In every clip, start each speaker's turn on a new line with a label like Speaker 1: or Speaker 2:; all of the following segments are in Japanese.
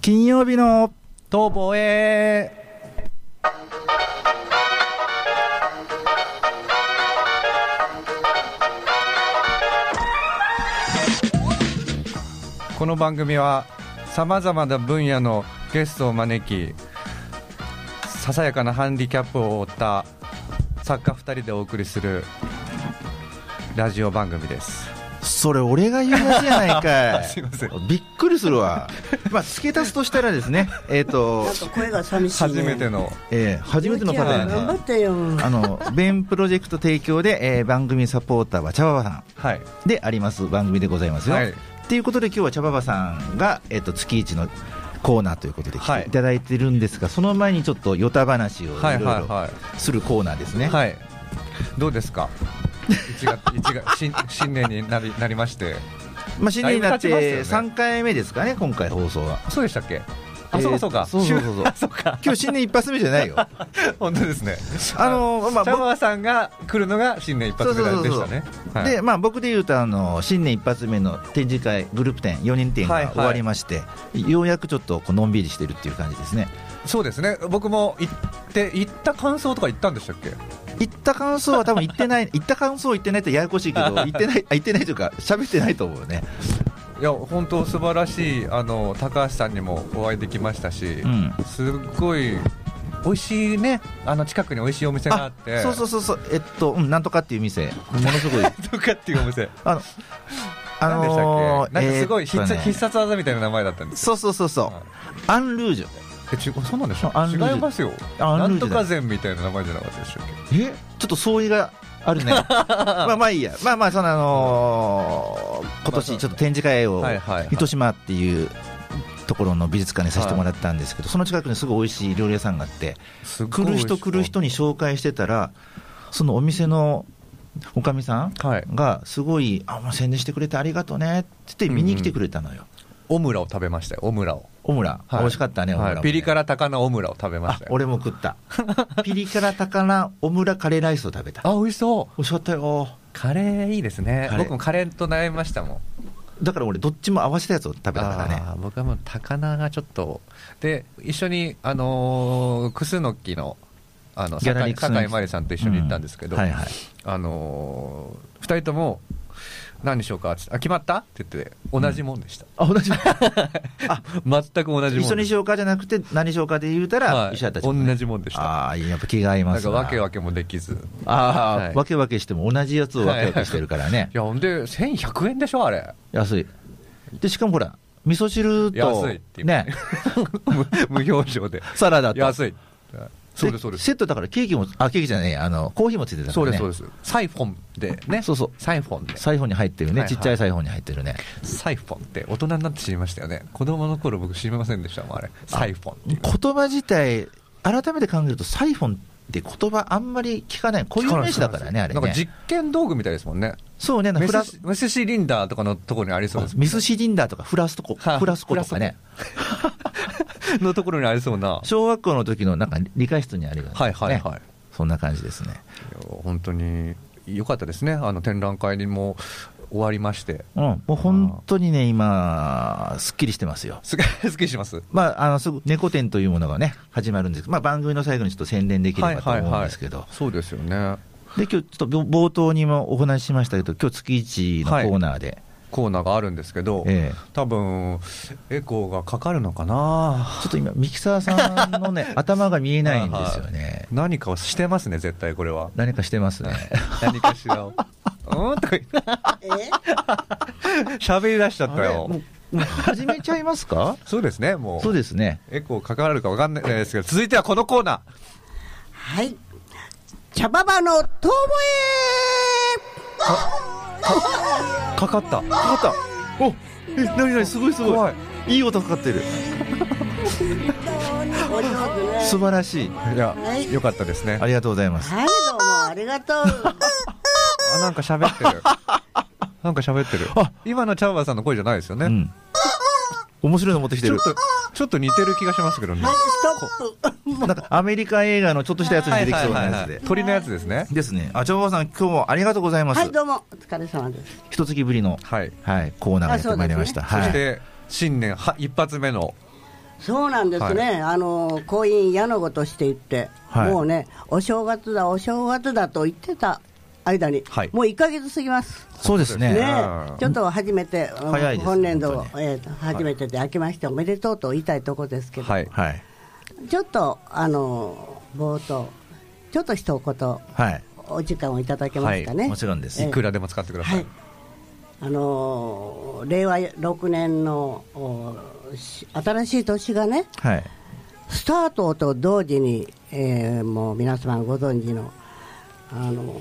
Speaker 1: 金曜日の逃亡へ
Speaker 2: この番組はさまざまな分野のゲストを招きささやかなハンディキャップを負った作家2人でお送りするラジオ番組です
Speaker 3: それ俺が言うやつやないかい
Speaker 2: すいません
Speaker 3: びっくりするわまあ付け足すとしたらで すねえっ、と
Speaker 4: なん、か声が寂しい、ね。
Speaker 2: 初めて。の
Speaker 3: えー初めての方で
Speaker 4: 頑張
Speaker 3: ね
Speaker 4: ってよ。
Speaker 3: あの弁プロジェクト提供で、えー番組サポーターは茶葉さ
Speaker 2: はい
Speaker 3: んであります番組でございますよ、
Speaker 2: はい
Speaker 3: っていうことで今日は茶葉さんが、えっと月一のコーナーということで
Speaker 2: は
Speaker 3: 来
Speaker 2: い
Speaker 3: ていただいてるんですが、その前にちょっとヨタ話をいろ
Speaker 2: はいいはい
Speaker 3: ろ
Speaker 2: は
Speaker 3: するコーナーです
Speaker 2: い
Speaker 3: ね、
Speaker 2: はいどうですか1月1月 新新年になりなりまして
Speaker 3: まあ、新年になっ
Speaker 2: だいぶ経ち
Speaker 3: て
Speaker 2: ますよね
Speaker 3: 3回目ですかね今回放送は
Speaker 2: そうでしたっけあ、
Speaker 3: えー
Speaker 2: そうかそうか
Speaker 3: そうそうそうそう
Speaker 2: あそうか
Speaker 3: 今日新年一発目じ ゃないよ
Speaker 2: 本当ですね
Speaker 3: あのま あ
Speaker 2: 茶川さんが来るのが新年一発目でしたねはい
Speaker 3: でまあ、僕でいうとあの新年一発目の展示会グループ展4人展
Speaker 2: はいは
Speaker 3: が
Speaker 2: い
Speaker 3: 終わりまして、ようやくちょっとこうのんびりしてるっていう感じですね
Speaker 2: そうですね僕も行って行った感想とか言ったんでしたっけ
Speaker 3: 行った感想は多分行ってない 行った感想言ってないとややこしいけど行ってないあ行ってないというか喋ってないと思うね、
Speaker 2: いや本当素晴らしいあの高橋さんにもお会いできましたし、
Speaker 3: うん、
Speaker 2: すっごい美味しいねあの近くに美味しいお店があって
Speaker 3: そうそうそうそうえっと、うん、なんとかっていう店ものすごい
Speaker 2: とかっていうお店
Speaker 3: あのあ
Speaker 2: 何でした
Speaker 3: の
Speaker 2: っけなんかすごい
Speaker 3: え
Speaker 2: 必
Speaker 3: ーっ
Speaker 2: 殺,、
Speaker 3: とね
Speaker 2: 必殺技みたいな名前だったんですよ
Speaker 3: そうそうそうそう、
Speaker 2: はい
Speaker 3: アンルージュ
Speaker 2: え違うそうなんでしょ
Speaker 3: あアンルージュ
Speaker 2: 違いますよ
Speaker 3: あ
Speaker 2: な
Speaker 3: アンル
Speaker 2: ん
Speaker 3: ージ
Speaker 2: と
Speaker 3: ュだ
Speaker 2: か膳みたいな名前じゃなかったでしたっ
Speaker 3: えちょっと相違が あるねまあまあいいやまあまあそのあのー今年ちょっと展示会を
Speaker 2: はいはいはい
Speaker 3: 糸島っていうところの美術館にさせてもらったんですけど、その近くにすごい美味しい料理屋さんがあって
Speaker 2: けすごい
Speaker 3: 来
Speaker 2: 美
Speaker 3: る
Speaker 2: 味しそ
Speaker 3: 人
Speaker 2: う
Speaker 3: 来る人に紹介してたらそのお店のおかみさん
Speaker 2: はい
Speaker 3: がすごい「あもう宣伝してくれてありがとうね」って言って見に来てくれたのよ、
Speaker 2: オムラを食べましたよオムラを、
Speaker 3: オムラ、
Speaker 2: はい
Speaker 3: 美味しかったねオムラもね、
Speaker 2: はい、ピリ辛高菜オムラを食べま
Speaker 3: あ
Speaker 2: したよ
Speaker 3: 俺も食ったピリ辛高菜オムラカレーライスを食べた
Speaker 2: あ美味しそう
Speaker 3: 美味しかったよ
Speaker 2: カレーいいですね
Speaker 3: カレー
Speaker 2: 僕もカレーと悩みましたもん
Speaker 3: だから俺どっちも合わせたやつを食べたからね
Speaker 2: あー僕はもう高菜がちょっとで一緒にあのークスノキのあの
Speaker 3: ギャラ
Speaker 2: 酒
Speaker 3: リ
Speaker 2: 井
Speaker 3: ークスノキ
Speaker 2: 酒井真理さんと一緒に行ったんですけど、
Speaker 3: うはいはい
Speaker 2: あのー、2人とも何にしようかっつってあ決まったって言って 同じもんでした、
Speaker 3: あ同じ
Speaker 2: 全く同じもんで
Speaker 3: 一緒にしようかじゃなくて何しようかで言うたら、
Speaker 2: はい
Speaker 3: 石畑ちゃん、
Speaker 2: 同じもんでした
Speaker 3: ああやっぱ気が合い
Speaker 2: な
Speaker 3: ま
Speaker 2: ん
Speaker 3: す
Speaker 2: か
Speaker 3: わ
Speaker 2: わけわけもできず
Speaker 3: ああ、
Speaker 2: はい
Speaker 3: わけわけしても同じやつをわけわけしてるからね、
Speaker 2: いやほんで1100円でしょあれ
Speaker 3: 安いでしかもほら味噌汁と
Speaker 2: 安いっていう
Speaker 3: ね
Speaker 2: 無無表情で
Speaker 3: サラダと
Speaker 2: 安いそうですそうです
Speaker 3: セットだからケーキもあケーキじゃないあのコーヒーもついてたか
Speaker 2: そう
Speaker 3: ら
Speaker 2: で
Speaker 3: ね
Speaker 2: すそうですサイフォンでね
Speaker 3: そうそう
Speaker 2: サイフォンで
Speaker 3: サイフォンに入ってるね、
Speaker 2: はいはい
Speaker 3: ちっちゃいサイフォンに入ってるね
Speaker 2: サイフォンって大人になって知りましたよね子供の頃僕知りませんでしたもんあれサイフォンっていう
Speaker 3: 言葉自体改めて考えるとサイフォンって言葉あんまり聞かない固有名詞だからねあれ
Speaker 2: なんか
Speaker 3: ね
Speaker 2: 実験道具みたいですもんね
Speaker 3: そうね
Speaker 2: メ
Speaker 3: フラ
Speaker 2: スメスシリンダーとかのところにありそうです
Speaker 3: ミスシリンダーとかフラスコ、
Speaker 2: はい
Speaker 3: フラスコとかね、
Speaker 2: のところにありそうな
Speaker 3: 小学校の時のなんか理科室にあるような、ね、
Speaker 2: はいはいはい
Speaker 3: そんな感じですね。
Speaker 2: いや本当に良かったですねあの展覧会にも終わりまして
Speaker 3: うん、もう本当にね、今、すっきりしてますよ。
Speaker 2: すげ え好きします
Speaker 3: まあ、あのすぐ猫展というものがね、始まるんですけど、まあ、番組の最後にちょっと宣伝できればと思うんですけど、
Speaker 2: そうですよね
Speaker 3: で今日ちょっと冒頭にもお話ししましたけど、今日月一のコーナーで、
Speaker 2: コーナーがあるんですけど、
Speaker 3: ええ
Speaker 2: 多分エコーがかかるのかな
Speaker 3: ちょっと今、ミキサーさんの ね、頭が見えないんですよね。
Speaker 2: 何かをしてますね絶対これは
Speaker 3: 何かして ますね。
Speaker 2: 何かしら を。うんとか言って
Speaker 4: え
Speaker 2: 喋り出しちゃった
Speaker 3: あれも
Speaker 2: よ。
Speaker 3: うもう始めちゃいますか
Speaker 2: そうですね、もう。
Speaker 3: そうですね。
Speaker 2: エコーかかるかわかんないですけど、続いてはこのコーナ
Speaker 4: はい。茶ババの遠吠
Speaker 2: ー。かかった。
Speaker 3: かかったおえなになにすごいすごい
Speaker 2: 怖い
Speaker 3: いい音かかってる
Speaker 4: えお上手ね
Speaker 3: 素晴らしい
Speaker 2: いや
Speaker 4: は、い
Speaker 2: よかったですね
Speaker 3: あ。りがとうございます
Speaker 4: はい、どうもありがとう。
Speaker 2: あ、なんか喋って る。なんか喋ってる。
Speaker 3: あ
Speaker 2: 今のチャーバーさんの声じゃないですよ
Speaker 3: う
Speaker 2: ね。
Speaker 3: ん面白いの持ってきて
Speaker 2: ちょ
Speaker 3: る
Speaker 2: っと、ちょっと似てる気がしますけどね。
Speaker 4: ストッ プ。
Speaker 3: なんかアメリカ映画のちょっとしたやつに出てきそうなやつで
Speaker 2: 鳥のやつですね。
Speaker 3: ですねあちょばさん今日もありがとうございま
Speaker 4: はい、
Speaker 3: す
Speaker 4: どうも、お疲れ様です。
Speaker 3: 一月ぶりの
Speaker 2: はい。
Speaker 3: はいコーナーがやってまいりました
Speaker 4: あ
Speaker 2: そ
Speaker 3: は
Speaker 2: し
Speaker 3: い
Speaker 2: て、新年は一発目の
Speaker 4: そうなんですね、
Speaker 2: は
Speaker 4: あの婚姻矢のごとして言って、
Speaker 3: はい
Speaker 4: もうね、お正月だ、お正月だと言ってた間に、
Speaker 2: はい
Speaker 4: もう1か月過ぎます、
Speaker 3: そうですね
Speaker 4: ね
Speaker 2: うん
Speaker 4: ちょっと初めて、うん
Speaker 3: 早いですね
Speaker 4: 本年度
Speaker 3: 本、当
Speaker 4: えーと初めてで、明けましておめでとうと言いたいとこですけど、
Speaker 2: はい
Speaker 3: はい
Speaker 4: ちょっとあの冒頭、ちょっと一言、
Speaker 3: はい
Speaker 4: お時間をいただけますかね。
Speaker 3: もちろんです、
Speaker 2: いくらでも使ってくださ
Speaker 4: はい
Speaker 2: い、、
Speaker 4: あのー令和6年のおし新しい年がね、
Speaker 3: はい
Speaker 4: スタートと同時に、えーもう皆様ご存知のあのー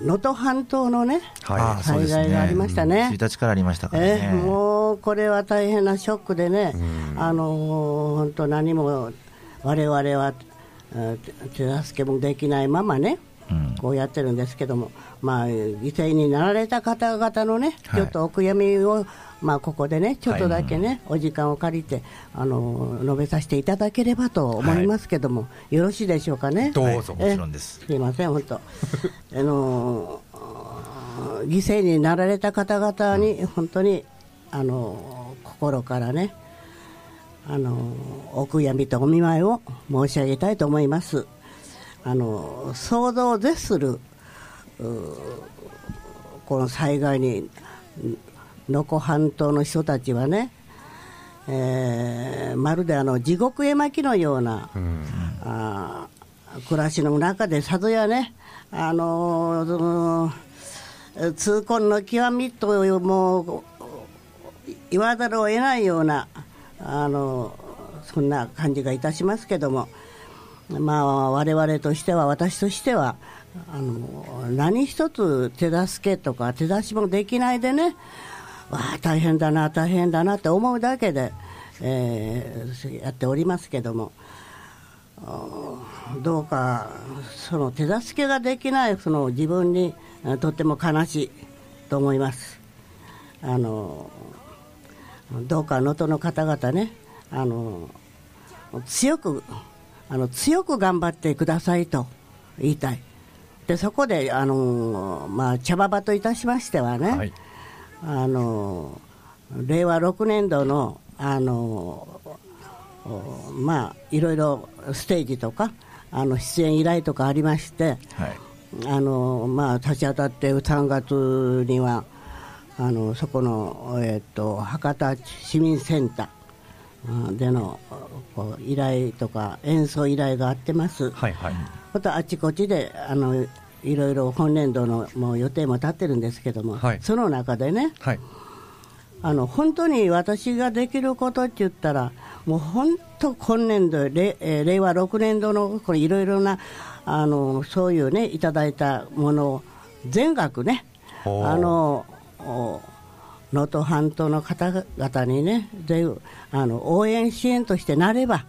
Speaker 4: 能登半島のね、
Speaker 2: はい
Speaker 3: ああそうですね
Speaker 4: 災害がありましたね
Speaker 3: うん1日からありましたからね
Speaker 4: え、ーもうこれは大変なショックでね
Speaker 2: う、ん
Speaker 4: あのー本当、何も我々はえー手助けもできないままね。
Speaker 3: うん
Speaker 4: こうやってるんですけども、まあ、犠牲になられた方々のね、
Speaker 3: はい
Speaker 4: ちょっとお悔やみを、まあ、ここでね、ちょっとだけね、お時間を借りてあの、述べさせていただければと思いますけども、よろしいでしょうかね。
Speaker 2: どうぞ、
Speaker 3: はいもちろんです
Speaker 4: すいません、本当、あ の犠牲になられた方々に、本当にあの心からね、あのお悔やみとお見舞いを申し上げたいと思います。あの想像を絶するうーこの災害に能登半島の人たちはね、えーまるであの地獄絵巻のような、
Speaker 2: うん
Speaker 4: あー暮らしの中でさぞやね、あのーそのえー痛恨の極みというもう言わざるを得ないようなあのーそんな感じがいたしますけども、まあ、我々としては私としてはあのー何一つ手助けとか手出しもできないでねわあ大変だな大変だなって思うだけで、えーやっておりますけども。どうかその手助けができないその自分にえーとても悲しいと思います。あのどうか能登の方々ねあの強くあの強く頑張ってくださいと言いたい。でそこであのまあ茶馬場といたしましてはね、
Speaker 2: はい
Speaker 4: あの令和6年度のあのおまあいろいろステージとかあの出演依頼とかありまして
Speaker 3: はい
Speaker 4: あのまあ立ち当たって3月にはあのそこの、えっと博多市民センターうんでのこう依頼とか演奏依頼があってます。
Speaker 2: はいはい
Speaker 4: またあちこちであのいろいろ本年度のもう予定も立ってるんですけども、
Speaker 2: はい
Speaker 4: その中でね
Speaker 2: はい
Speaker 4: あの本当に私ができることって言ったらもう本当今年度れ、えー令和6年度のこれいろいろなあのそういうねいただいたものを全額ねあ
Speaker 2: おー
Speaker 4: のお能登半島の方々にねぜひあの応援支援としてなれば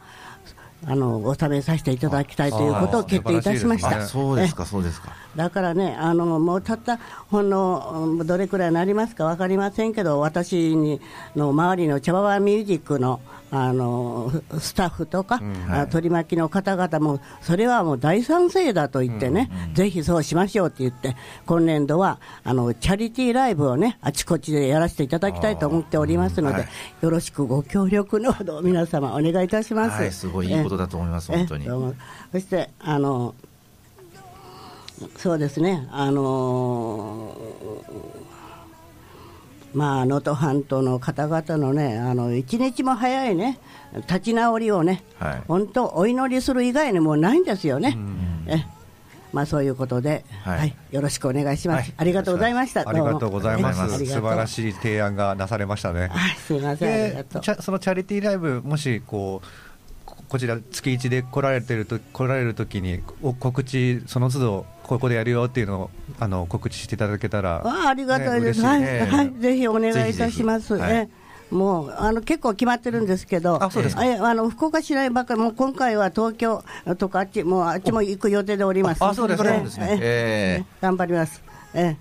Speaker 4: あの納めさせていただきたいということを決定いたしまし
Speaker 2: あ
Speaker 4: た。
Speaker 2: ー
Speaker 3: あそうですかそうですか
Speaker 4: だからね、あのもうたったほんのうんどれくらいになりますか分かりませんけど、私にの周りの茶葉ミュージックのあのスタッフとか、あ取り巻きの方々も、それはもう大賛成だと言ってね、ぜひそうしましょうって言って、今年度はあのチャリティーライブをね、あちこちでやらせていただきたいと思っておりますので、よろしくご協力のほど、皆様、お願いいたします。
Speaker 3: はいすごいいいことだと思います
Speaker 4: え
Speaker 3: 本当に
Speaker 4: えどうもそしてあのそうですねあのまあ能登半島の方々のねあの一日も早いね立ち直りをね、
Speaker 3: はい
Speaker 4: 本当お祈りする以外にもうないんですよね、えまあそういうことで、
Speaker 3: は
Speaker 4: はいいよろしくお願いしま
Speaker 3: は
Speaker 4: す、
Speaker 3: い
Speaker 4: ありがとうございました
Speaker 2: ありがとうございま
Speaker 4: ども
Speaker 2: す
Speaker 4: ありが
Speaker 2: 素
Speaker 4: とう
Speaker 2: 晴らしい提案がなされましたね
Speaker 4: はいすいませんあり
Speaker 2: で
Speaker 4: がとう
Speaker 2: チャそのチャリティーライブもしこうここちら月一で来られてると来られる時にお告知その都度ここでやるよっていうのをあの告知していただけたら
Speaker 4: あありがたいです、
Speaker 2: ね
Speaker 4: はい、
Speaker 2: 嬉しいね
Speaker 4: はい、ぜひお願いいたしま
Speaker 3: ぜ
Speaker 4: す。
Speaker 3: ひぜひはい
Speaker 4: えもうあの結構決まってるんですけど、
Speaker 2: あそうですか
Speaker 4: えあの福岡市内ばっかり、もう今回は東京とかあっち、もうあっちも行く予定でおります。
Speaker 2: ああそうです
Speaker 3: か
Speaker 4: ええ
Speaker 3: そうですね
Speaker 4: え
Speaker 3: ええ
Speaker 4: え頑張ります。え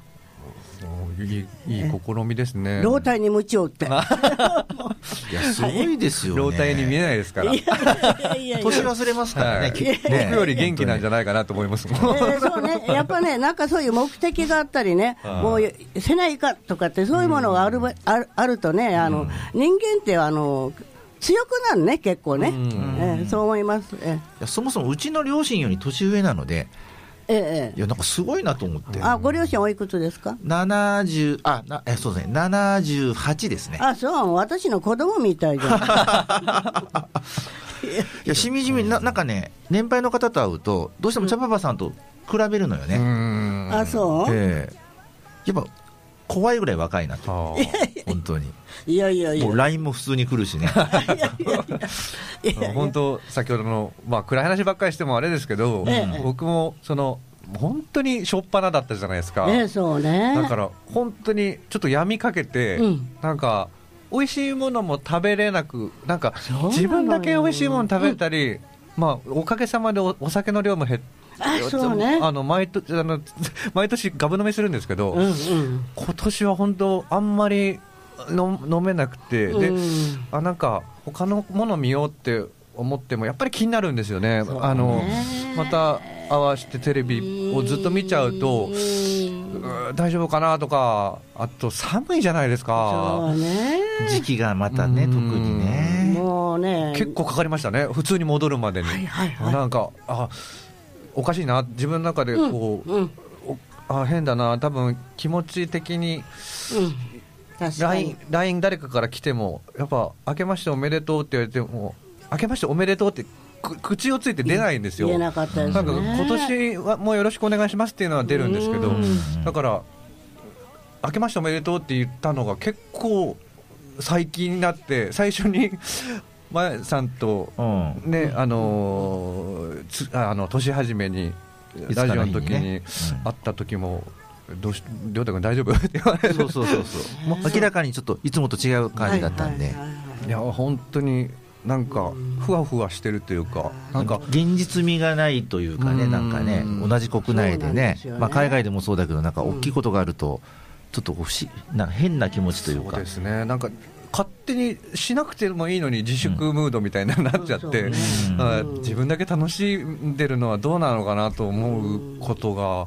Speaker 2: おいいいい試みです
Speaker 4: え
Speaker 2: ね
Speaker 4: 老体に鞭を打って。
Speaker 3: いやすごいですよね
Speaker 2: 老体に見えないですから
Speaker 4: いやいや
Speaker 3: 年忘れますから
Speaker 2: は
Speaker 3: ね
Speaker 2: い
Speaker 3: き
Speaker 2: 僕
Speaker 3: ね
Speaker 2: より元気なんじゃないかなと思いますもん
Speaker 4: えーそうね、やっぱね、なんかそういう目的があったりね、もうせないかとかって、そういうものがある,、あるあるとね、あの人間ってあの強くなるね、結構ね、
Speaker 2: うん
Speaker 4: ええそう思います、え
Speaker 3: いやそもそもうちの両親より年上なので、
Speaker 4: えええ
Speaker 3: いや、なんかすごいなと思って。
Speaker 4: あご両親、おいくつですか
Speaker 3: 70あなえそうですね78ですね
Speaker 4: あそう、私の子供みたいじゃん。
Speaker 3: いやしみじみななんかね年配の方と会うとどうしてもチャパパさんと比べるのよ
Speaker 2: う
Speaker 3: ね、
Speaker 2: ん
Speaker 4: あそう、
Speaker 3: ええやっぱ怖いぐらい若いなと
Speaker 2: は
Speaker 3: 本当に
Speaker 4: いやいやいや
Speaker 3: もう LINE も普通に来るし ね
Speaker 4: い
Speaker 2: あ
Speaker 4: や
Speaker 2: 本当先ほどの、まあ、暗い話ばっかりしてもあれですけど、
Speaker 4: ええ
Speaker 2: 僕もその本当にしょっぱなだったじゃないですか、
Speaker 4: ねそうね
Speaker 2: だから本当にちょっと闇かけて、
Speaker 4: うん
Speaker 2: なんか美味しいものも食べれなくなんか
Speaker 4: そうなのよ
Speaker 2: 自分だけ美味しいもの食べたり、まあ、おかげさまでおお酒の量も減って
Speaker 4: あそうね
Speaker 2: あの毎年あの 毎年ガブ飲みするんですけど、
Speaker 4: うんうん
Speaker 2: 今年は本当あんまりの飲めなくて、で
Speaker 4: うん
Speaker 2: あなんか他のもの見ようって思ってもやっぱり気になるんですよね
Speaker 4: そうね
Speaker 2: あのまた合わせてテレビをずっと見ちゃうと
Speaker 4: う
Speaker 2: うんー大丈夫かなとかあと寒いじゃないです
Speaker 4: そ
Speaker 2: か
Speaker 4: うね
Speaker 3: 時期がまたね
Speaker 2: うん
Speaker 3: 特にね
Speaker 4: もうね
Speaker 2: 結構かかりましたね普通に戻るまでに、
Speaker 4: はいはいはい
Speaker 2: なんかあおかしいな自分の中でこう、
Speaker 4: うんうん
Speaker 2: おあ変だな多分気持ち的に
Speaker 4: 確かに
Speaker 2: LINE LINE 誰かから来てもやっぱ「明けましておめでとう」って言われても「明けましておめでとう」ってく口をついて出ないんですよ
Speaker 4: 言えなかったですね
Speaker 2: なんか今年はもうよろしくお願いしますっていうのは出るんですけど
Speaker 3: うん
Speaker 2: だから「明けましておめでとう」って言ったのが結構最近になって最初に まやさんと
Speaker 3: うん
Speaker 2: ねあのーつああの年始めに
Speaker 3: いつか
Speaker 2: ラ
Speaker 3: の日にね
Speaker 2: ジオの時に
Speaker 3: うん
Speaker 2: 会った時も「どうし亮太君大丈夫?」って言われて
Speaker 3: そうそうそう そうもう明らかにちょっといつもと違う感じだったんで、
Speaker 4: はいはいはい
Speaker 2: いや本当になんかふわふわしてるというかなんか
Speaker 3: 現実味がないというかね、
Speaker 2: うん
Speaker 3: なんかね、同じ国内
Speaker 4: そ
Speaker 3: で
Speaker 4: うなん
Speaker 3: ね
Speaker 4: で、すよね
Speaker 3: まあ、海外でもそうだけど、なんか大きいことがあると、ちょっとこう不思議な変な気持ちという
Speaker 2: そう
Speaker 3: か
Speaker 2: で、すねなんか勝手にしなくてもいいのに自粛ムードみたいになっちゃっ
Speaker 4: う
Speaker 2: て
Speaker 4: ん
Speaker 3: うん
Speaker 2: あ自分だけ楽しんでるのはどうなのかなと思うことが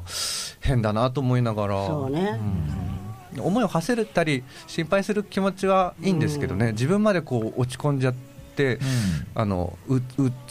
Speaker 2: 変だなと思いながら
Speaker 4: そうね
Speaker 2: うん思いを馳せたり心配する気持ちはいいんですけどね自分までこう落ち込んじゃって。あのうう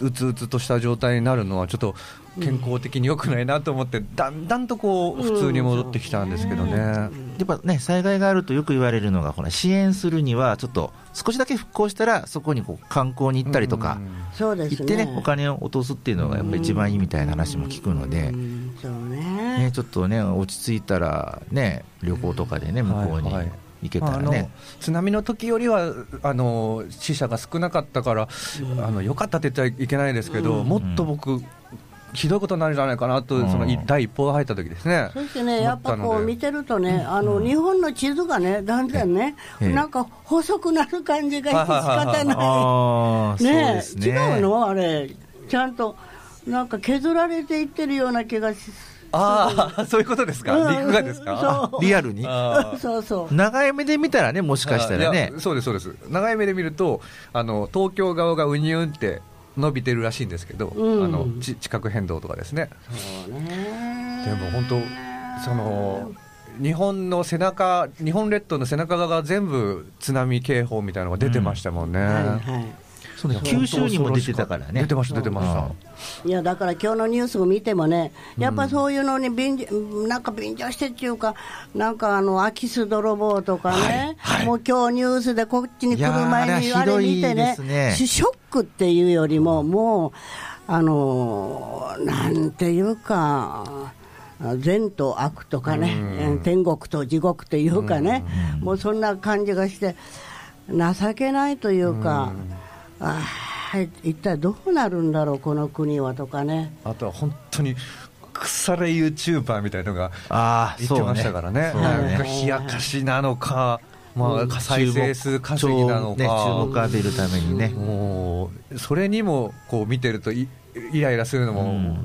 Speaker 2: うつうつとした状態になるのはちょっと健康的に良くないなと思って、だんだんとこう普通に戻ってきたんですけどね。
Speaker 3: やっぱね、災害があるとよく言われるのが、ほら支援するには、ちょっと少しだけ復興したら、そこにこう観光に行ったりとか、
Speaker 4: そうですね
Speaker 3: 行ってね、お金を落とすっていうのがやっぱ一番いいみたいな話も聞くので
Speaker 4: う。んそう
Speaker 3: ね、
Speaker 4: ね
Speaker 3: ちょっとね落ち着いたらね旅行とかでね向こうに
Speaker 2: はいはい
Speaker 3: 行けたらね、
Speaker 2: まああの津波の時よりはあの死者が少なかったから、あの良かったって言っちゃいけないですけど、もっと僕ひどいことになるんじゃないかなと、
Speaker 3: うん
Speaker 2: そのい第一報が入った時ですね。
Speaker 4: そしてね、
Speaker 2: 思
Speaker 4: やったぱ
Speaker 2: ので
Speaker 4: こう見てるとね、あの日本の地図がね、だんだんね、
Speaker 3: ええ
Speaker 4: なんか細くなる感じが
Speaker 2: はい
Speaker 4: 仕
Speaker 2: はいはいはい
Speaker 4: 方な
Speaker 3: あ
Speaker 4: い。
Speaker 3: ーそう
Speaker 4: ね
Speaker 3: です
Speaker 4: え、
Speaker 3: ね
Speaker 4: 違うのあれ、ちゃんとなんか削られていってるような気がし。
Speaker 2: あ あ、そういうことですか。
Speaker 4: うん
Speaker 2: 陸がですか。
Speaker 4: そう
Speaker 3: リアルに
Speaker 2: あー
Speaker 4: そうそう。
Speaker 3: 長い目で見たらねもしかしたら
Speaker 2: あ
Speaker 3: ね
Speaker 2: いやそうですそうです長い目で見るとあの東京側がうにゅんって伸びてるらしいんですけど、
Speaker 4: うん
Speaker 2: あのち地殻変動とかですね
Speaker 4: そうね。
Speaker 2: でも本当その日本の背中日本列島の背中側が全部津波警報みたいなのが出てましたもんね、
Speaker 4: はいは
Speaker 3: そうね九州にも出てたからね
Speaker 2: 出てました出てました
Speaker 4: い。いやだから今日のニュースを見てもね、やっぱそういうのに便乗なんか便乗してっていうか、なんかあの空き巣泥棒とかね、もう今日ニュースでこっちに来る
Speaker 3: い
Speaker 4: 前に
Speaker 3: やー
Speaker 4: あ
Speaker 3: あれ
Speaker 4: れ
Speaker 3: はひ
Speaker 4: 見
Speaker 3: ど
Speaker 4: て
Speaker 3: いで
Speaker 4: ね
Speaker 3: すね
Speaker 4: シショックっていうよりも、もう、あのーなんていうか、善と悪とかね、天国と地獄というかね、もうそんな感じがして、情けないというか、あー一体どうなるんだろう、この国はとかね。
Speaker 2: あとは本当に腐れユーチューバーみたいのが
Speaker 3: ああ
Speaker 2: 言っ
Speaker 3: そう
Speaker 2: て
Speaker 3: ね
Speaker 2: ましたからね
Speaker 3: そう
Speaker 2: なんか
Speaker 3: ね
Speaker 2: 冷やかしなのか、まあ、再生数稼ぎなのか、
Speaker 3: 注目ね注目浴びるためにね
Speaker 2: もうそれにもこう見てるといイライラするのも、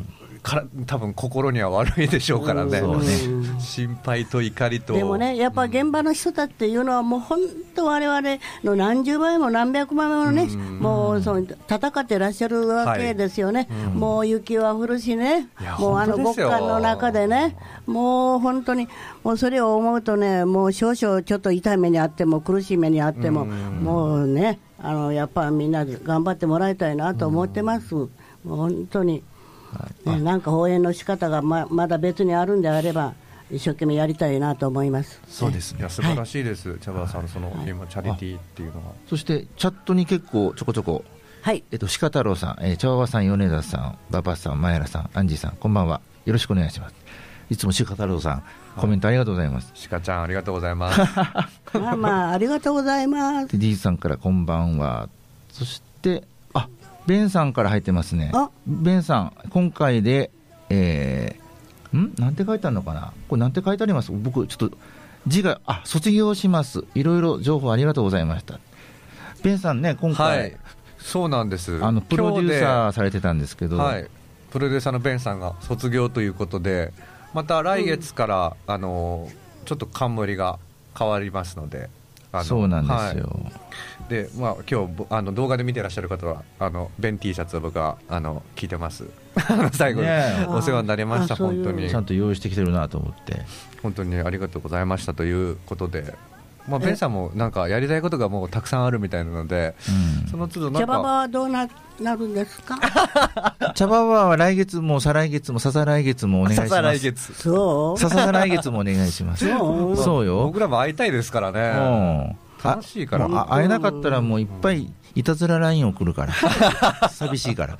Speaker 2: から多分心には悪いでしょうからね,、
Speaker 3: うんそう
Speaker 4: ね
Speaker 2: 心配と怒りと
Speaker 4: でもね、やっぱ現場の人だっていうのは、もう本当、われわれの何十倍も何百倍もね、もうその戦ってらっしゃるわけですよね、もう雪は降るしね
Speaker 2: いや、
Speaker 4: もうあの
Speaker 2: 本当ですよ
Speaker 4: 極寒の中でね、もう本当に、もうそれを思うとね、もう少々ちょっと痛い目にあっても、苦しい目にあっても、もうね、あのやっぱみんなで頑張ってもらいたいなと思ってます、もう本当に、ねなんか応援の仕方がままだ別にあるんであれば、一生懸命やりたいなと思います。
Speaker 3: そうです
Speaker 2: いや素晴らしいです、茶葉さんのその、今チャリティーっていうのは
Speaker 3: そしてチャットに結構ちょこちょこ、
Speaker 4: はい
Speaker 3: えっと、鹿太郎さん、えー、茶和さん、米田さん、馬場さん、前原さん、アンジーさん、こんばんは。よろしくお願いします。いつも鹿太郎さん、コメントありがとうございます。
Speaker 2: 鹿ちゃんありがとうございます
Speaker 4: まあまあ、ありがとうございます。
Speaker 3: で、D さんからこんばんは。そして、あ、ベンさんから入ってますね
Speaker 4: あ。
Speaker 3: ベンさん、今回で、えーんなんて書いてあるのかなこれなんて書いてあります僕、ちょっと字が、あ、卒業します。いろいろ情報ありがとうございました。ベンさんね、今回、
Speaker 2: はいそうなんです
Speaker 3: あのプロデューサ
Speaker 2: 今
Speaker 3: ーされてたんですけ
Speaker 2: 日で
Speaker 3: ど、
Speaker 2: はいプロデューサーのベンさんが卒業ということでまた来月から、あのちょっと冠が変わりますのであの
Speaker 3: そうなんですよ、
Speaker 2: はいでまあ今日ぼあの動画で見てらっしゃる方はあのベン T シャツを僕はあの着てます あの最後に
Speaker 3: ねえ
Speaker 2: お世話になりました
Speaker 4: あそうい
Speaker 2: 本
Speaker 4: う
Speaker 2: 当に
Speaker 3: ちゃんと用意してきてるなと 思って、
Speaker 2: 本当にありがとうございましたということで、まあ、ベンさんもなんかやりたいことがもうたくさんあるみたいなので、
Speaker 3: うん
Speaker 2: その都度な
Speaker 4: 茶
Speaker 2: ん
Speaker 4: 葉
Speaker 2: か
Speaker 4: はどうななるんです か
Speaker 3: 茶葉は来月も再来月もささ来月もお願いします
Speaker 2: さ来
Speaker 3: さ
Speaker 2: 月
Speaker 4: そう
Speaker 3: さ来月もお願い します
Speaker 4: そう
Speaker 3: そうよ
Speaker 2: 僕らも会いたいですから
Speaker 3: う
Speaker 2: ね、
Speaker 3: ん
Speaker 2: 楽しいから
Speaker 3: あもうあ会えなかったらもういっぱいいたずら LINE 送るから 寂しいから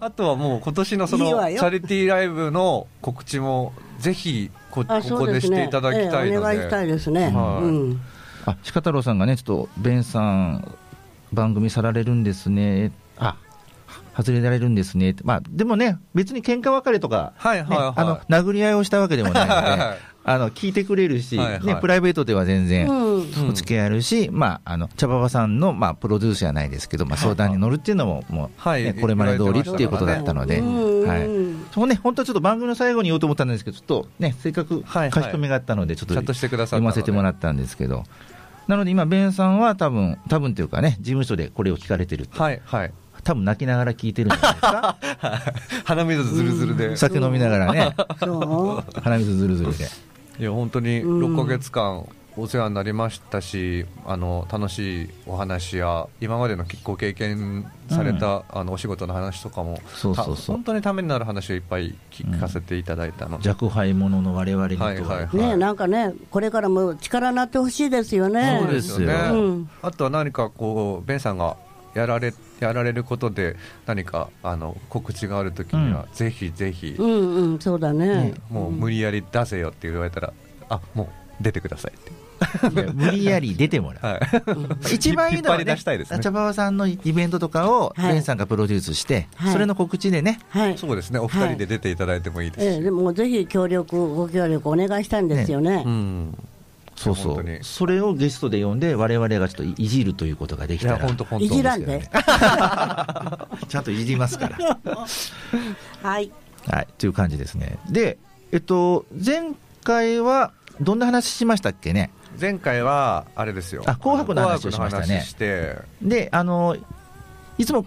Speaker 2: あとはもう今年のその
Speaker 4: い
Speaker 2: チ
Speaker 4: いわよ
Speaker 2: ャリティーライブの告知もぜひここ
Speaker 4: あそう
Speaker 2: こでしていただきたい
Speaker 4: ええ
Speaker 2: の
Speaker 4: お願いしたい
Speaker 2: で。
Speaker 4: ですね、
Speaker 2: はい
Speaker 4: うん
Speaker 3: あ鹿太郎さんがねちょっとベンさん番組去られるんですねあ外れられるんですねまあでもね別に喧嘩別れとか、
Speaker 2: はいはいはい
Speaker 3: ねあの殴り合いをしたわけでもないので、
Speaker 2: はいはい
Speaker 3: あの聞いてくれるし、
Speaker 2: はいはい
Speaker 3: ね、プライベートでは全然、
Speaker 4: うん
Speaker 2: うん
Speaker 3: お付き合いあるし、まあ、あの茶葉さんの、まあ、プロデュースじゃないですけど、まあ、相談に乗るっていうのも、もう、
Speaker 2: はい
Speaker 3: ねこれまで通りっていうことだったので、
Speaker 4: うん
Speaker 3: はい、そこね、本当はちょっと番組の最後に言おうと思ったんですけど、ちょっとね、せっかく
Speaker 2: はいはい
Speaker 3: 書き留めがあったので、ちょっと
Speaker 2: ちゃんとしてくださった
Speaker 3: 読
Speaker 2: ので
Speaker 3: ませてもらったんですけど、なので今、ベンさんは多分多分というかね、事務所でこれを聞かれてると、
Speaker 2: はいはい。
Speaker 3: 多分泣きながら聞いてるんじゃないですか、
Speaker 2: 鼻水ずるずるで。
Speaker 3: 酒飲みながらね、
Speaker 4: そう
Speaker 3: 鼻水ずるずるで。
Speaker 2: いや本当に6ヶ月間お世話になりましたし、あの楽しいお話や今までのご経験された、あのお仕事の話とかも
Speaker 3: そうそうそう
Speaker 2: た本当にためになる話をいっぱい聞かせていただいたので、
Speaker 3: 弱敗者の 我々にとは、
Speaker 2: はいはい
Speaker 4: ねえなんかねこれからも力になってほしいですよね
Speaker 3: そうですよ
Speaker 4: うん
Speaker 2: あとは何かこうベンさんがやられやられることで何かあの告知がある時には、ぜひぜひ、
Speaker 4: うんうんそうだね
Speaker 2: もう無理やり出せよって言われたら、あもう出てくださいって。
Speaker 3: いや無理やり出てもらう。
Speaker 2: はい、
Speaker 3: 一番いいのは、
Speaker 2: 引っ張り出したいですね
Speaker 3: 茶葉さんのイベントとかを、
Speaker 4: はい
Speaker 3: ベンさんがプロデュースして、
Speaker 4: はい
Speaker 3: それの告知でね、
Speaker 4: はい
Speaker 2: そうですね、お二人で出ていただいてもいいです
Speaker 4: え
Speaker 2: し、
Speaker 4: えでもぜひ協力ご協力お願いしたいんですよね
Speaker 2: うん、
Speaker 3: そうそ
Speaker 2: 本当
Speaker 3: う、
Speaker 2: に
Speaker 3: それをゲストで呼んで、我々がちょっといいじるということができ
Speaker 2: い
Speaker 3: た
Speaker 2: や、
Speaker 3: ら、
Speaker 2: 本当、
Speaker 3: ち
Speaker 2: 本当、
Speaker 4: いじらんで
Speaker 3: ゃんといじりますから。
Speaker 4: はい
Speaker 3: はい、という感じですね。で、えっと、前回は、どんな話しましたっけね。
Speaker 2: 前回は、あれですよ、
Speaker 3: あ紅白の話をしました
Speaker 2: 紅
Speaker 3: ね
Speaker 2: 白の話して
Speaker 3: で、あの、いつも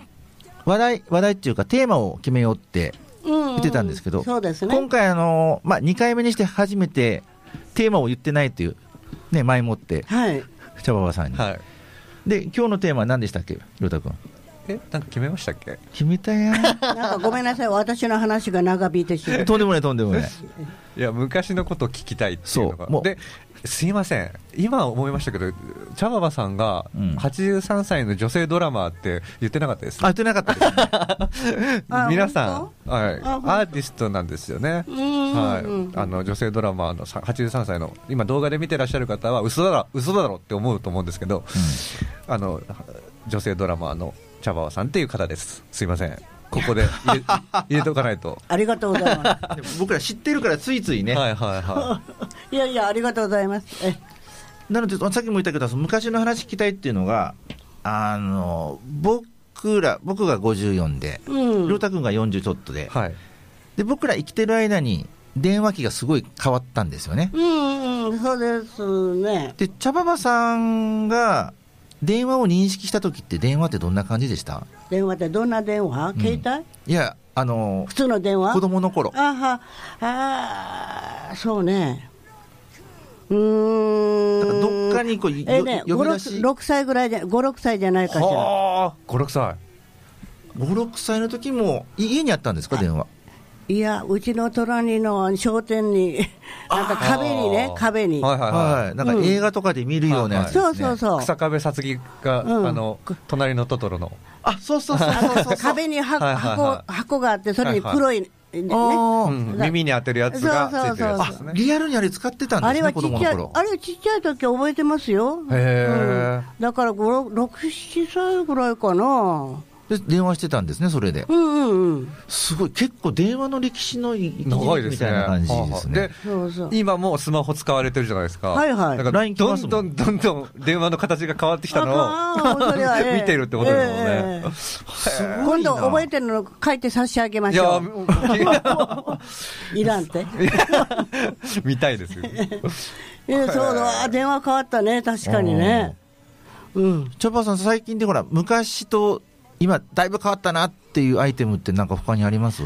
Speaker 3: 話題、話題っていうか、テーマを決めようって
Speaker 4: 言
Speaker 3: 言ってたんですけど、
Speaker 4: そうですね
Speaker 3: 今回あの、まあ、2回目にして初めてテーマを言ってないという、ね、前もって
Speaker 4: はい
Speaker 3: 茶葉さんに、
Speaker 2: はい、
Speaker 3: で今日のテーマは何でしたっけ亮太君
Speaker 2: え、なんか決めましたっけ、
Speaker 3: 決めたや
Speaker 4: なんかごめんなさい私の話が長引いてしまう
Speaker 3: とんでもないとんでもない
Speaker 2: いや、昔のことを聞きたいっていうの
Speaker 3: そうも
Speaker 2: が、
Speaker 3: う
Speaker 2: ですいません、今思いましたけど、茶葉さんが
Speaker 3: うん
Speaker 2: 83歳の女性ドラマーって言ってなかったです、
Speaker 3: あ言ってなかったですね
Speaker 4: あ
Speaker 2: 皆さ
Speaker 4: 本
Speaker 2: ん、はい、
Speaker 4: あ
Speaker 2: ア
Speaker 4: 本当
Speaker 2: ーティストなんですよね。
Speaker 4: ん
Speaker 2: はい、あの女性ドラマーのさ83歳の今動画で見てらっしゃる方は嘘だろ嘘だろって思うと思うんですけど、あの女性ドラマーの茶葉さんっていう方です。すいません。ここで 入れ入れておかないと。
Speaker 4: ありがとうございます
Speaker 3: でも僕ら知ってるからついついね、
Speaker 2: はいはいはい
Speaker 4: やいやありがとうございますえ
Speaker 3: なのでさっきも言ったけどその昔の話聞きたいっていうのがあの僕ら僕が54で
Speaker 4: うん
Speaker 3: 亮太君が40ちょっとで、
Speaker 2: い。はい。
Speaker 3: で僕ら生きてる間に電話機がすごい変わったんですよね
Speaker 4: うんうんそうですね
Speaker 3: で茶ババさんが電話を認識した時って電話ってどんな感じでした
Speaker 4: 電話ってどんな電話、携帯
Speaker 3: いやあの
Speaker 4: 普通の電話
Speaker 3: 子供の頃
Speaker 4: あはあーそうねうーん
Speaker 3: だからどっかにこうよ
Speaker 4: えーね、
Speaker 3: 呼び出
Speaker 4: 5、
Speaker 3: し
Speaker 4: 6 6歳ぐらいで、5、6歳じゃないかしら。
Speaker 2: はあ56歳
Speaker 3: 56歳の時もい家にあったんですか電話
Speaker 4: いや、うちの隣の商店に、なんか壁にね
Speaker 2: あ、ー
Speaker 4: 壁に。
Speaker 2: はいはいはい、
Speaker 3: はいなんか映画とかで見るようなやつですね
Speaker 4: そうそうそう。
Speaker 2: 草壁さつきが、
Speaker 4: うん
Speaker 2: あの隣のトトロの
Speaker 3: あそうそうそう
Speaker 4: あ
Speaker 3: そうそう
Speaker 4: の壁には
Speaker 2: はいはいは
Speaker 4: 箱箱があって、それに黒い、ね、
Speaker 3: あー
Speaker 2: うん耳に当てるやつがついてるやつです
Speaker 3: あ
Speaker 2: ね
Speaker 3: リアルにあれ使ってたん
Speaker 4: あ
Speaker 3: で
Speaker 4: れ
Speaker 3: す
Speaker 4: は
Speaker 3: ね子
Speaker 4: ちっ
Speaker 3: 供
Speaker 4: ちゃ
Speaker 3: の
Speaker 4: い
Speaker 3: 頃、
Speaker 4: あれはちっちゃい時覚えてますよ。
Speaker 2: へー
Speaker 4: うんだから5、6、7歳ぐらいかな。
Speaker 3: で電話してたんですねそれで
Speaker 4: うんうんうん。
Speaker 3: すごい結構電話の歴史の一日
Speaker 2: 長いで
Speaker 3: み
Speaker 2: すね
Speaker 3: たいな感じですね
Speaker 2: は
Speaker 4: そうそ
Speaker 2: あは
Speaker 4: う
Speaker 2: あ。今もうスマホ使われてるじゃないですか
Speaker 4: はいはい
Speaker 2: だから
Speaker 3: LINE 来
Speaker 2: ど
Speaker 3: ます
Speaker 2: ん
Speaker 3: も
Speaker 2: ど
Speaker 3: ん
Speaker 2: んどんどん電話の形が変わってきたの
Speaker 4: あかん
Speaker 2: を
Speaker 4: それはね
Speaker 2: 見てるってことですもんね
Speaker 4: ええ
Speaker 3: すごいな
Speaker 4: 今度覚えてるの書いて差し上げま
Speaker 2: い
Speaker 4: し
Speaker 2: や
Speaker 4: ょ
Speaker 2: ー
Speaker 4: う。いらんって。
Speaker 2: 見たいですよ
Speaker 4: ええそうだ、あ電話変わったね、確かにね。うん。
Speaker 3: チョッパーさん最近でほら昔と今だいぶ変わったなっていうアイテムってなんか他にあります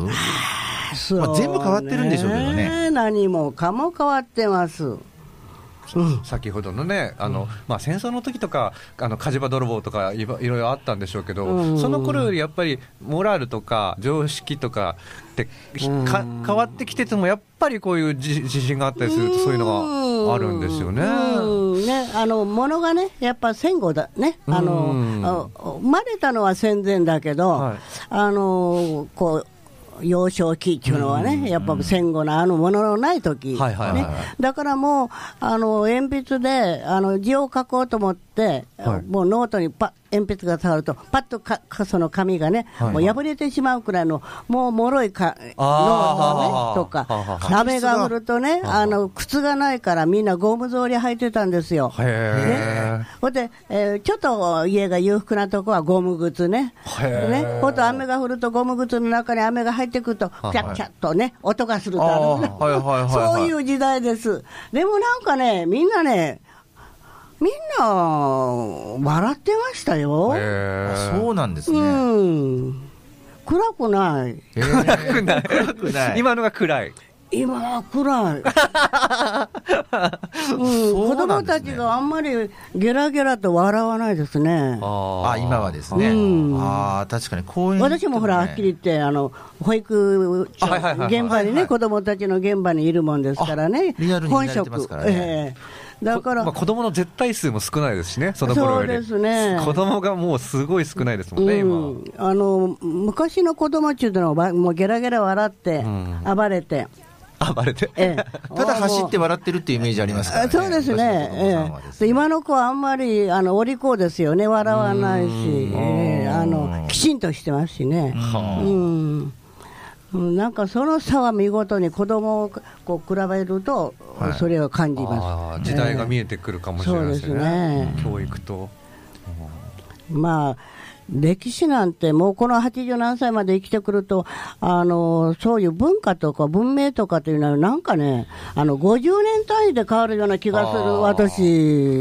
Speaker 3: まあ全部変わってるんでしょうけどね
Speaker 4: そう何もかも変わってます。うん。
Speaker 2: 先ほどのねあの、まあ、戦争の時とかあの火事場泥棒とかいばいろいろあったんでしょうけど、
Speaker 4: うん
Speaker 2: その頃よりやっぱりモラルとか常識とかってひか変わってきててもやっぱりこういうじ自信があったりするとそういうのがあるんですよね。
Speaker 4: うんね、あの物がね、やっぱ戦後だね、あ
Speaker 2: うん
Speaker 4: のあ生まれたのは戦前だけど、
Speaker 2: はい
Speaker 4: あのこう幼少期っていうのはね、やっぱ戦後のあの物のない時、
Speaker 2: はいはいはい
Speaker 4: ね、だからもうあの鉛筆であの字を書こうと思って、
Speaker 2: はい
Speaker 4: もうノートにパ鉛筆が触ると、パッとかかその紙がね、
Speaker 2: はい
Speaker 4: もう破れてしまうくらいのもう脆いか
Speaker 2: あー
Speaker 4: ノートねと
Speaker 2: ははは
Speaker 4: か、雨が降るとね、あの靴がないから、みんなゴム草履履いてたんですよ。
Speaker 2: へ
Speaker 4: ほんで、えーちょっと家が裕福なとこはゴム靴ね、
Speaker 2: へー
Speaker 4: ねほんと雨が降ると、ゴム靴の中に雨が入ってくると、キ
Speaker 2: い
Speaker 4: ャッキャッとね、音がすると
Speaker 3: あ
Speaker 4: あ
Speaker 3: あ
Speaker 4: るね
Speaker 3: はいはいはいはい
Speaker 4: そういう時代です。でもなんかね、みんなね、みんな笑ってましたよ
Speaker 2: え。へ
Speaker 3: あ
Speaker 2: え
Speaker 3: そうなんです
Speaker 4: う
Speaker 3: ね、
Speaker 4: ん、暗くない。
Speaker 3: えー 暗くない暗くない
Speaker 2: 今のが暗い
Speaker 4: 今は暗い、 うん、
Speaker 3: そ
Speaker 4: 子
Speaker 3: うなんですね
Speaker 4: 供たちがあんまりゲラゲラと笑わないですね
Speaker 2: あ
Speaker 3: あ今はですね、
Speaker 4: うん
Speaker 3: ああ確かに公園行って
Speaker 4: 私もほらはっきり言ってあの保育所
Speaker 2: あはいはいはいはい
Speaker 4: 現場にね子供たちの現場にいるもんですからね
Speaker 3: あリアルに見られてますからね
Speaker 4: ええだから、
Speaker 2: まあ、子供の絶対数も少ないですしねその頃より
Speaker 4: そうですね
Speaker 2: 子供がもうすごい少ないですもんね、今
Speaker 4: うん、あの昔の子供っちゅうのはもうゲラゲラ笑って、
Speaker 2: ん
Speaker 4: 暴れて、
Speaker 2: あバレて、
Speaker 4: ええ
Speaker 3: ただ走って笑ってるっていうイメージありますから
Speaker 4: あ
Speaker 3: ね
Speaker 4: そうです
Speaker 3: 昔
Speaker 4: ね、
Speaker 3: の子供さんは
Speaker 4: え
Speaker 3: です
Speaker 4: え、
Speaker 3: ね
Speaker 4: 今の子はあんまりあのお利口ですよね、笑わないし、ええあのきちんとしてますしね、うんうん、なんかその差は見事に子供をこう比べると、それを感じ
Speaker 2: あ
Speaker 4: ま
Speaker 2: あ
Speaker 4: す。
Speaker 2: 時代が
Speaker 4: え
Speaker 2: 見えてくるかもしれないですよね,、
Speaker 4: そうですね
Speaker 2: 教育と
Speaker 4: えまあ歴史なんて、もうこの80何歳まで生きてくると、あのそういう文化とか文明とかというのは、なんかね、あの50年単位で変わるような気がす
Speaker 2: あ
Speaker 4: る、
Speaker 2: ー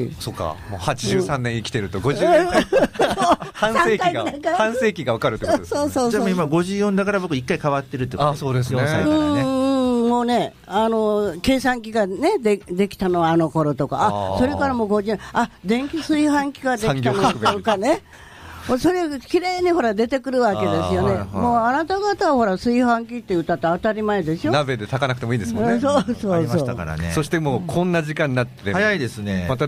Speaker 4: 私。
Speaker 2: そうかもう83年生きてると50年、半世紀
Speaker 4: 三回目
Speaker 2: が
Speaker 4: だ
Speaker 2: 半世紀が分かるってことですよね
Speaker 4: そう
Speaker 3: じゃあもう今54だから僕一回変わってるってこと
Speaker 2: あそうですね
Speaker 3: 4歳
Speaker 4: う
Speaker 3: から
Speaker 4: ん
Speaker 3: ね
Speaker 4: うんうんもうね、あの計算機が、ね、でできたのはあの頃とか、あ
Speaker 2: あー
Speaker 4: それからもう50年、あ電気炊飯器ができたの
Speaker 2: 産業革命
Speaker 4: とかね、もうそれ、きれいにほら出てくるわけですよね、
Speaker 3: あーはいはい
Speaker 4: もうあなた方はほら、炊飯器って歌って当たり前でしょ、
Speaker 2: 鍋で炊かなくてもいいですもん
Speaker 4: う
Speaker 2: ね
Speaker 4: んそうそうそう
Speaker 3: ありましたからね
Speaker 2: そしてもうこんな時間になって、
Speaker 3: 早いですね
Speaker 2: また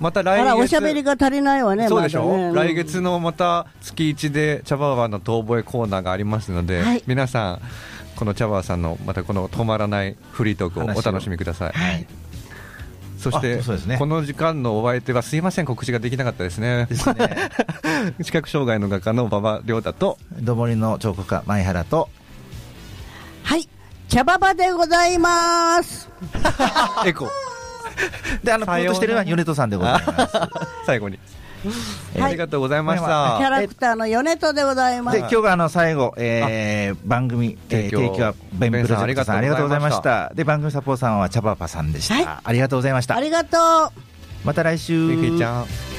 Speaker 2: また
Speaker 4: あ
Speaker 2: 来
Speaker 4: ら、
Speaker 2: 月
Speaker 4: おしゃべりが足りないわね、
Speaker 2: そうでしょ、
Speaker 4: まだね
Speaker 2: 来月のまた月1で茶バーバーの遠吠えコーナーがありますので、
Speaker 4: はい
Speaker 2: 皆さんこの茶バーさんのまたこの止まらないフリートークをお楽しみください、
Speaker 3: はい
Speaker 2: そして
Speaker 3: あそうですね
Speaker 2: この時間のお相手はすいません告知ができなかったですね
Speaker 3: ですね
Speaker 2: 視覚障害の画家の馬場亮太と
Speaker 3: どぼりの彫刻家前原と
Speaker 4: はい、茶ババでございます。
Speaker 2: エコ
Speaker 3: であのポートしてるのは米トさんでござい ます
Speaker 2: 最後に、
Speaker 4: はい
Speaker 2: ありがとうございました、
Speaker 3: は
Speaker 4: キャラクターの米戸でございま。
Speaker 3: です今日があの最後、えー、番組、
Speaker 2: 提
Speaker 3: えー、
Speaker 2: 供
Speaker 3: 提供はベンプロジェクトさんあ
Speaker 2: ベ
Speaker 3: り
Speaker 2: ン
Speaker 3: が
Speaker 2: さんありがと
Speaker 3: と
Speaker 2: う
Speaker 3: う
Speaker 2: ござ
Speaker 3: ござ
Speaker 2: い
Speaker 3: い
Speaker 2: ま
Speaker 3: ま
Speaker 2: し
Speaker 3: したたで番組サポートさんはチャパパさんでした、
Speaker 4: はい
Speaker 3: ありがとうございました
Speaker 4: ありがとう。
Speaker 3: また来週
Speaker 2: ゆきちゃん